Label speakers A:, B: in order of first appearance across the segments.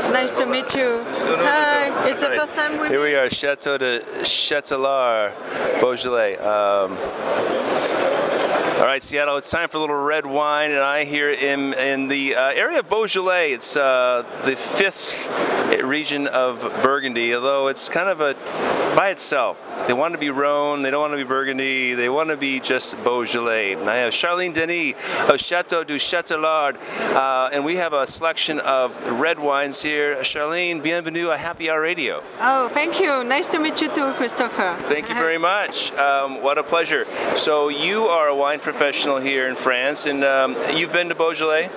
A: Nice to meet you. Hi. It's the first time we.
B: Here we are, Chateau de Châtelard, Beaujolais. Um, all right, Seattle, it's time for a little red wine, and I here am in the uh, area of Beaujolais. It's uh, the fifth region of Burgundy, although it's kind of a by itself. They want to be Rhone, they don't want to be Burgundy, they want to be just Beaujolais. And I have Charlene Denis of Chateau du Châtelard, uh, and we have a selection of red wines here. Charlene, bienvenue à Happy Hour Radio.
A: Oh, thank you. Nice to meet you too, Christopher.
B: Thank you very much. Um, what a pleasure. So you are a wine professional here in France, and um, you've been to Beaujolais.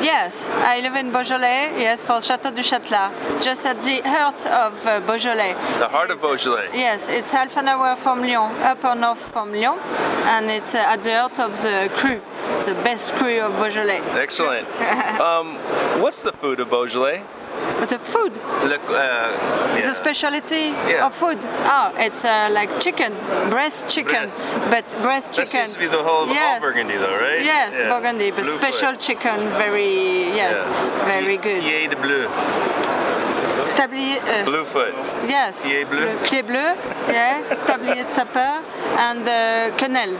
A: Yes, I live in Beaujolais. Yes, for Chateau du Châtelat, just at the heart of uh, Beaujolais.
B: The heart of Beaujolais.
A: Yes, it's half an hour from Lyon, up or north from Lyon, and it's uh, at the heart of the cru, the best cru of Beaujolais.
B: Excellent. um, what's the food of Beaujolais?
A: The food,
B: Le, uh, yeah.
A: the specialty
B: Yeah.
A: of food. Ah, it's uh, like chicken, breast chicken,
B: Breast.
A: but breast
B: That
A: chicken.
B: seems to be the whole of all
A: Yes.
B: Burgundy, though, right?
A: Yes,
B: Yeah.
A: Burgundy, but
B: Blue
A: special
B: foot.
A: chicken, very yes,
B: Yeah.
A: very
B: Pied-
A: good.
B: Pied de bleu,
A: Tablier, uh,
B: Bluefoot.
A: yes,
B: pied bleu.
A: Le pied bleu, yes, tablier de sapeur, and uh, quenelle.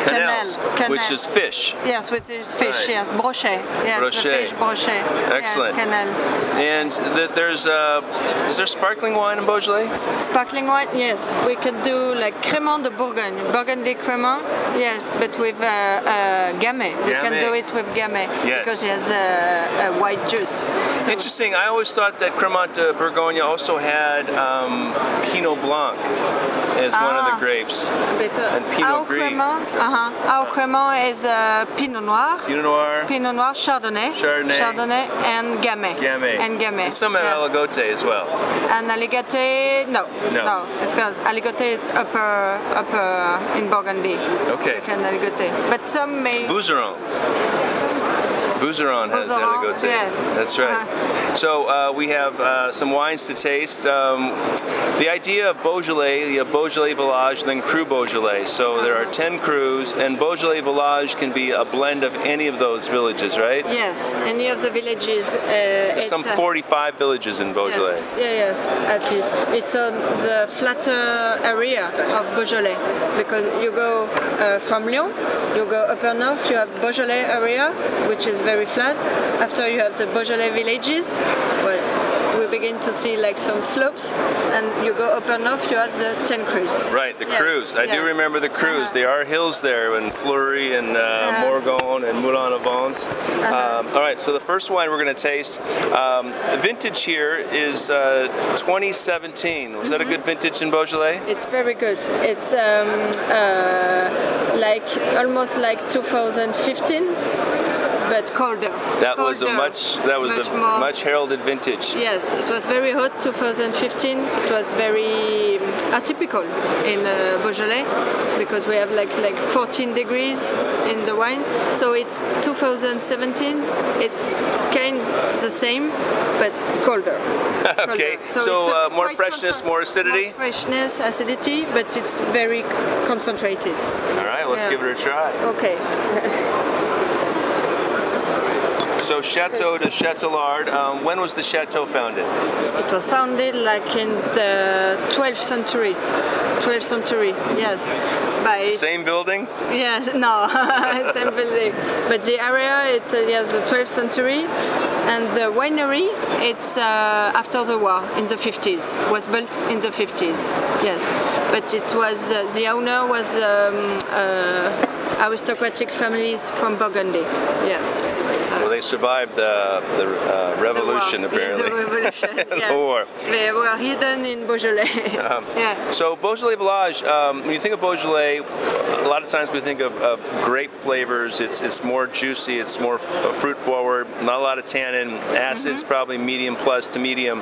B: Canals, which
A: quenelle.
B: is fish.
A: yes, which is fish,
B: Right.
A: yes, brochet, yes,
B: Brochet.
A: the fish brochet,
B: Excellent.
A: yes, quenelle.
B: And th- there's uh, is there sparkling wine in Beaujolais?
A: Sparkling wine, yes, we can do like Crémant de Bourgogne, Burgundy Crémant, yes, but with uh, uh, Gamay. We can
B: Gamay.
A: do it with Gamay
B: Yes.
A: because it has uh, a white juice. So
B: Interesting. I always thought that Cremant de Bourgogne also had um, Pinot Blanc as one of
A: Ah.
B: the grapes.
A: Better.
B: And Pinot
A: Our
B: Gris.
A: Cremant, uh-huh. Our Cremant is uh, Pinot Noir,
B: Pinot Noir,
A: Pinot Noir, Chardonnay,
B: Chardonnay.
A: and Gamay.
B: Gamay,
A: And Gamay.
B: and some
A: Yeah.
B: Aligote as well.
A: And Aligate, no,
B: No.
A: it's because Aligate is upper, upper in Burgundy.
B: Okay.
A: You can Aligate, but some may.
B: Bouzeron. Bouzeron has
A: Bouzeron,
B: Aligote.
A: yes. Uh-huh.
B: That's right. So uh, we have uh, some wines to taste. Um, the idea of Beaujolais, you have Beaujolais Village, then Cru Beaujolais. So there
A: Uh-huh.
B: are 10 crews, and Beaujolais Village can be a blend of any of those villages, right?
A: Yes, any of the villages. Uh,
B: There's
A: it's
B: some
A: a-
B: 45 villages in Beaujolais.
A: Yes. Yeah, yes, at least. It's on the flatter area of Beaujolais because you go uh, from Lyon, you go upper north, you have Beaujolais area, which is very flat. After you have the Beaujolais villages, well, we begin to see like some slopes, and you go upper north, you have the Ten Cruz.
B: Right, the
A: Yeah,
B: cruise. I do
A: yeah.
B: remember the cruise.
A: Uh-huh.
B: There are hills there in Fleury and uh, Morgon and Moulin Avance.
A: Uh-huh.
B: Um, all right, so the first wine we're going to taste, um, the vintage here is uh, 2017. Was that a good
A: Mm-hmm.
B: vintage in Beaujolais?
A: It's very good. It's um, uh, like almost like 2015, but colder.
B: That was a
A: Colder.
B: much that was a
A: more-
B: much heralded vintage.
A: Yes, it was very hot 2015. It was very um, atypical in uh, Beaujolais because we have like like 14 degrees in the wine. So it's 2017. It's kind the same, but colder. It's colder.
B: Okay, so,
A: it's a
B: uh, more
A: quite
B: freshness,
A: concent-
B: more acidity?
A: more freshness, acidity, but it's very concentrated.
B: All right, let's
A: Yeah.
B: give it a try.
A: Okay.
B: So Chateau de Châtelard. Um, when was the chateau founded?
A: It was founded like in the 12th century. 12th century, yes. By
B: Same building.
A: Yes, no, it's building. But the area, it's uh, yes, the 12th century, and the winery, it's uh, after the war in the 50s. Was built in the 50s. Yes, but it was uh, the owner was um, uh, aristocratic families from Burgundy. Yes. So-
B: Well, they survived the the uh,
A: the war.
B: revolution
A: Yeah,
B: apparently.
A: The revolution. yeah.
B: the war. Uh-huh.
A: They were hidden in Beaujolais. yeah.
B: So Beaujolais Village, um, when you think of Beaujolais, a lot of times we think of, of grape flavors. It's it's more juicy, it's more f- fruit forward, not a lot of tannin,
A: Mm-hmm.
B: acids probably medium plus to medium.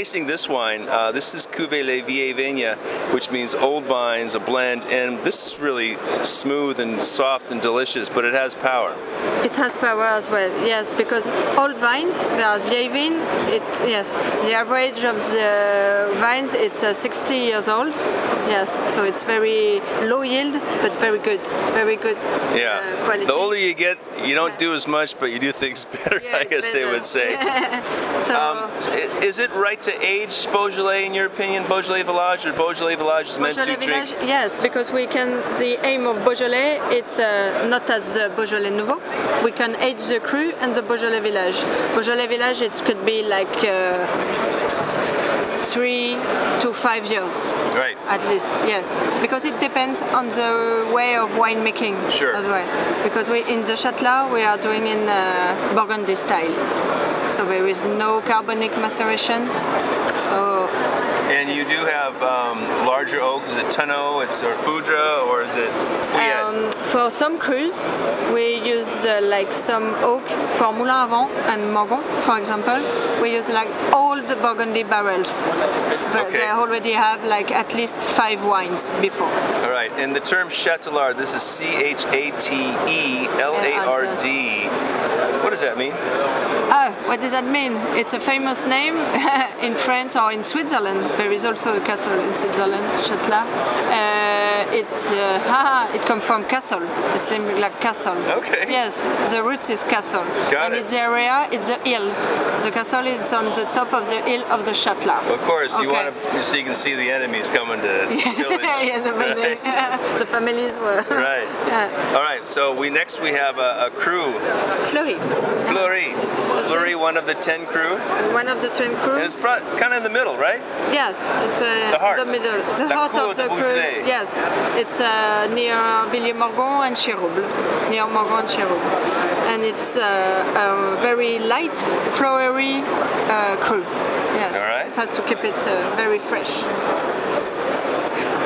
B: Tasting this wine, uh, this is Cuvée Les Vieilles Vignes, which means old vines, a blend, and this is really smooth and soft and delicious, but it has power.
A: It has power as well, yes, because all vines, they are vieilles vignes, it, yes, the average of the vines, it's uh, 60 years old, yes, so it's very low yield, but very good, very good
B: Yeah.
A: uh, quality.
B: the older you get, you don't
A: Yeah.
B: do as much, but you do things better.
A: Yeah,
B: I
A: it's
B: guess they
A: better.
B: would say.
A: so,
B: Um, i- is it right to age Beaujolais in your opinion? Beaujolais Village or Beaujolais Village is meant
A: Beaujolais
B: to drink?
A: Village, yes, because we can. The aim of Beaujolais, it's uh, not as the Beaujolais Nouveau. We can age the cru and the Beaujolais Village. Beaujolais Village, it could be like uh, three to five years
B: Right.
A: at least. Yes, because it depends on the way of winemaking
B: Sure.
A: as well. Because we in the Châtelau, we are doing in uh, Burgundy style, so there is no carbonic maceration. So
B: And you do have um, larger oak. Is it Tunno? It's or Foudre or is it Fouillet?
A: Um, for some crews, we use uh, like some oak for Moulin à Vent and Morgon, for example. We use like old Burgundy barrels. They-
B: Okay.
A: They already have like at least five wines before.
B: All right, and the term chatelard, this is C H A T E L A R D. What does that mean?
A: Oh, what does that mean? It's a famous name in France or in Switzerland. There is also a castle in Switzerland, Châtelat. Uh, it's uh, haha, it comes from castle. It's named like castle.
B: Okay.
A: Yes, the root is castle.
B: Got
A: and
B: it.
A: it's the area, it's the hill. The castle is on the top of the hill of the Châtelat.
B: Of course, you
A: Okay.
B: want to so you can see the enemies coming to the village.
A: yeah, the,
B: right?
A: the families were.
B: Right.
A: Yeah.
B: All right. So we next we have a, a crew,
A: Fleury,
B: Fleury, Fleury, one of the ten crew.
A: one of the twin
B: And
A: crews.
B: it's pro- kind of in the middle, right?
A: Yes, it's uh,
B: The heart.
A: the middle, the
B: La
A: heart
B: cour
A: of
B: de
A: the
B: Beaujolais.
A: crew. Yes, it's uh, near Villiers-Morgon and Chirouble, near Morgon and Chirouble, and it's uh, a very light, flowery uh, crew. Yes,
B: All right.
A: it has to keep it uh, very fresh.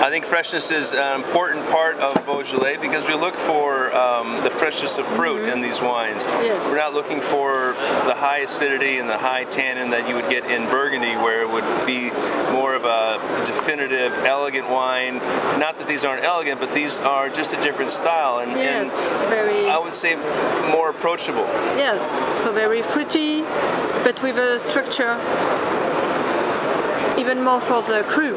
B: I think freshness is an important part of Beaujolais because we look for um, the freshness of fruit in these wines.
A: Yes.
B: We're not looking for the high acidity and the high tannin that you would get in Burgundy, where it would be more of a definitive, elegant wine. Not that these aren't elegant, but these are just a different style and,
A: Yes, very.
B: and I would say more approachable.
A: Yes, so very fruity, but with a structure. Even more for the crew.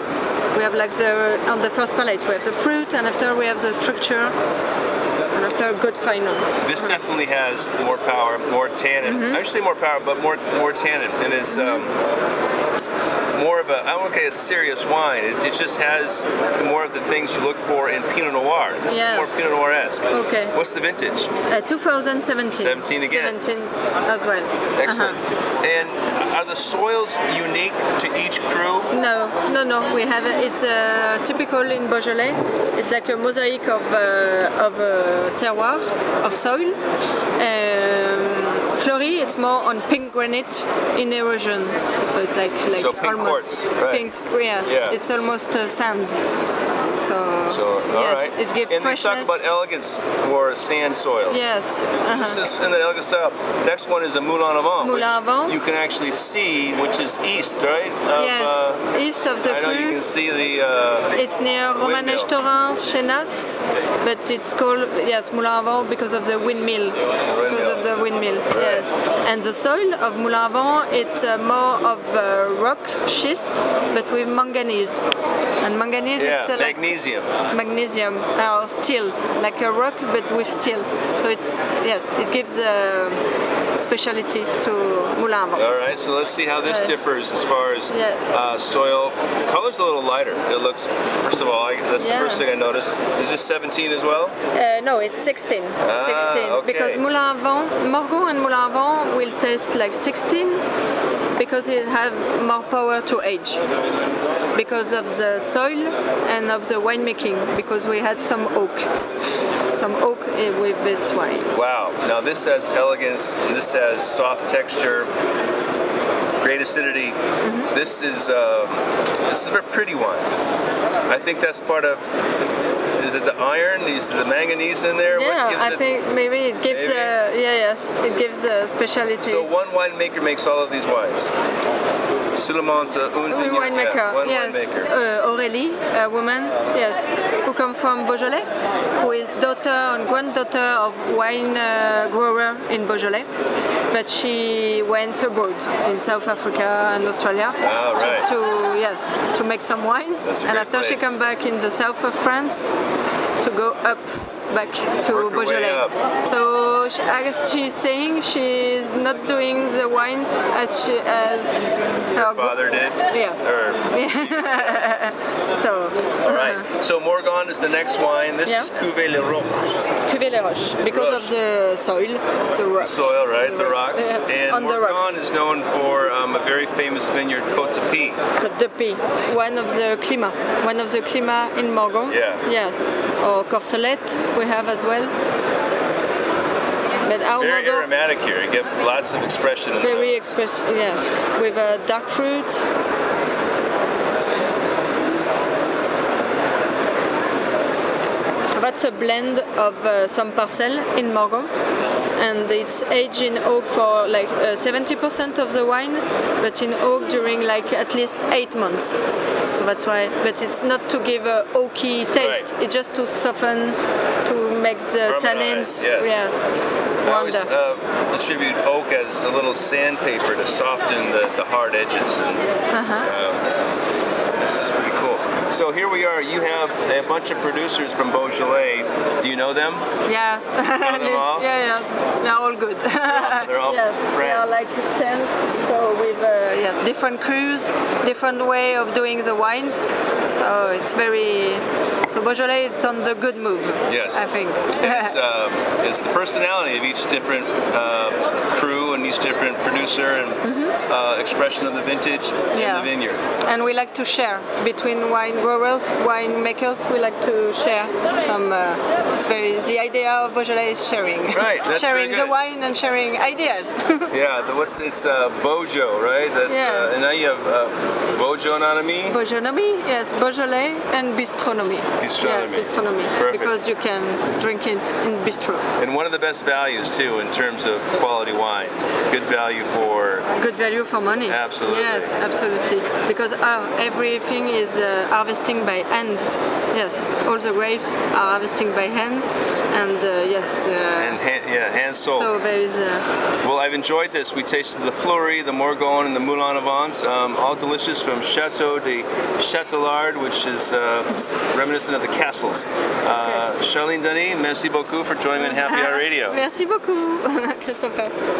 A: We have like the on the first palate we have the fruit, and after we have the structure, and after a good final.
B: This definitely has more power, more tannin.
A: Mm-hmm.
B: I should say more power, but more more tannin, and it's um, more of a I won't say a serious wine. It, it just has more of the things you look for in Pinot Noir. This
A: Yes.
B: is more Pinot Noir esque.
A: Okay.
B: What's the vintage?
A: Uh, 2017.
B: 17 again.
A: 17 as well.
B: Excellent.
A: Uh-huh.
B: And are the soils unique to each crew?
A: No, no, no. We have a, it's a typical in Beaujolais. It's like a mosaic of uh, of uh, terroir of soil. Um, Fleury, it's more on pink granite in erosion, so it's like like
B: So pink
A: almost
B: quartz, right.
A: pink. Yes,
B: Yeah.
A: it's almost uh, sand. So,
B: So all right.
A: yes, it gives
B: and
A: freshness.
B: they talk about elegance for sand soils.
A: yes. uh-huh.
B: This is in the elegant style. Next one is a Moulin Avant,
A: Moulin
B: which
A: Avant.
B: you can actually see, which is east, right? Of,
A: Yes, Mm-hmm.
B: uh,
A: east of the
B: I know you
A: Cru.
B: can see the. Uh,
A: It's near Romanèche Torrens, Chenas, but it's called yes Moulin à Vent because of the windmill. Because of the windmill, yes. And the soil of Moulin à Vent, it's uh, more of uh, rock schist, but with manganese. And manganese,
B: yeah,
A: it's uh, like
B: magnesium.
A: magnesium uh, or steel, like a rock but with steel. So it's yes, it gives a speciality to Moulin à Vent.
B: All right, so let's see how this
A: Okay.
B: differs as far as
A: Yes.
B: uh, soil. Color's a little lighter. It looks. First of all, I, that's
A: Yeah.
B: the first thing I noticed. Is this 17 as well?
A: Uh, no, it's 16. 16.
B: Ah, okay.
A: Because Moulin à Vent, Morgon and Moulin à Vent will taste like 16 because it have more power to age because of the soil and of the winemaking because we had some oak some oak eh, with this wine
B: Wow. Now this has elegance. and This has soft texture. Great acidity.
A: Mm-hmm.
B: This is um, this is a very pretty one. I think that's part of. Is it the iron? Is it the manganese in there?
A: yeah
B: what gives
A: i
B: it?
A: think maybe it gives
B: Maybe.
A: a yeah yes it gives a speciality
B: So one winemaker makes all of these wines. Suleiman's a un
A: Women
B: vigneron-
A: winemaker,
B: yeah, one
A: yes.
B: winemaker.
A: Uh, Aurélie, a woman, yes, who come from Beaujolais, who is daughter and granddaughter of wine uh, grower in Beaujolais. but she went abroad in South Africa and Australia
B: Oh,
A: to-
B: right.
A: to, yes to make some wines.
B: That's a
A: and
B: great
A: after she
B: place.
A: come back in the south of France to go up back to
B: Work her way
A: Beaujolais.
B: up.
A: So she, I guess she's saying she's not doing the wine as she as her
B: Father did.
A: Yeah.
B: Or,
A: So
B: all right. So Morgon is the next wine. This
A: Yeah.
B: is Cuvée Le Roche.
A: Cuvée les roches because
B: Roches.
A: of the soil, the rocks.
B: Soil, right? The rocks.
A: Yeah,
B: And
A: on the
B: Morgon
A: rocks.
B: is known for um, a very famous vineyard, Cote de Pie.
A: Côte de Pie, one of the clima, one of the clima in Morgon.
B: Yeah.
A: Yes. Or Corselet we have as well. But our
B: Very
A: Morgon
B: aromatic here. You get lots of expression in
A: very expressive. Yes, with a dark fruit. So that's a blend of uh, some parcel in Morgon, and it's aged in oak for like uh, 70% of the wine, but in oak during like at least eight months. So that's why. But it's not to give a oaky taste.
B: Right.
A: It's just to soften, to make the
B: Harmonize,
A: tannins.
B: yes.
A: yes.
B: I always
A: Wonder.
B: uh, attribute oak as a little sandpaper to soften the, the hard edges. And,
A: Uh-huh.
B: uh, this is pretty cool. So here we are. You have a bunch of producers from Beaujolais. Do you know them?
A: Yes.
B: them all?
A: yeah, yeah. They're all good.
B: they're all
A: Uh, yeah,
B: friends.
A: They are like tens. So with uh, yes, different crews, different way of doing the wines. So it's very. So Beaujolais, it's on the good move.
B: Yes.
A: I think.
B: And it's, um, it's the personality of each different uh, crew and each different producer and uh, expression of the vintage
A: Mm-hmm. Yeah.
B: and the vineyard.
A: and we like to share between wine growers, wine makers. We like to share some. Uh, it's very the idea of Beaujolais is sharing.
B: Right, that's very
A: sharing the
B: good.
A: wine and sharing ideas.
B: Yeah, the, what's it's uh, Bojo, right? That's,
A: Yeah.
B: Uh, and now you have uh, Bojo and Anami.
A: Beaujonomy, yes, Beaujolais and bistronomy.
B: Bistronomy.
A: Yeah, bistronomy.
B: Perfect.
A: Because you can drink it in bistro.
B: And one of the best values too in terms of quality wine. Good value for
A: Good value for money.
B: Absolutely.
A: Yes, absolutely. Because uh, everything is uh, harvesting by hand. Yes, all the grapes are harvesting by hand. And uh, yes, uh,
B: and hand, yeah, hand sold.
A: so there is uh,
B: well, I've enjoyed this. We tasted the Fleury, the Morgon, and the Moulin Avant, um, all delicious from Chateau de Chatelard, which is uh, s- reminiscent of the castles. Uh, Charlene Denis, merci beaucoup for joining me in Happy Hour Radio.
A: Merci beaucoup, Christopher.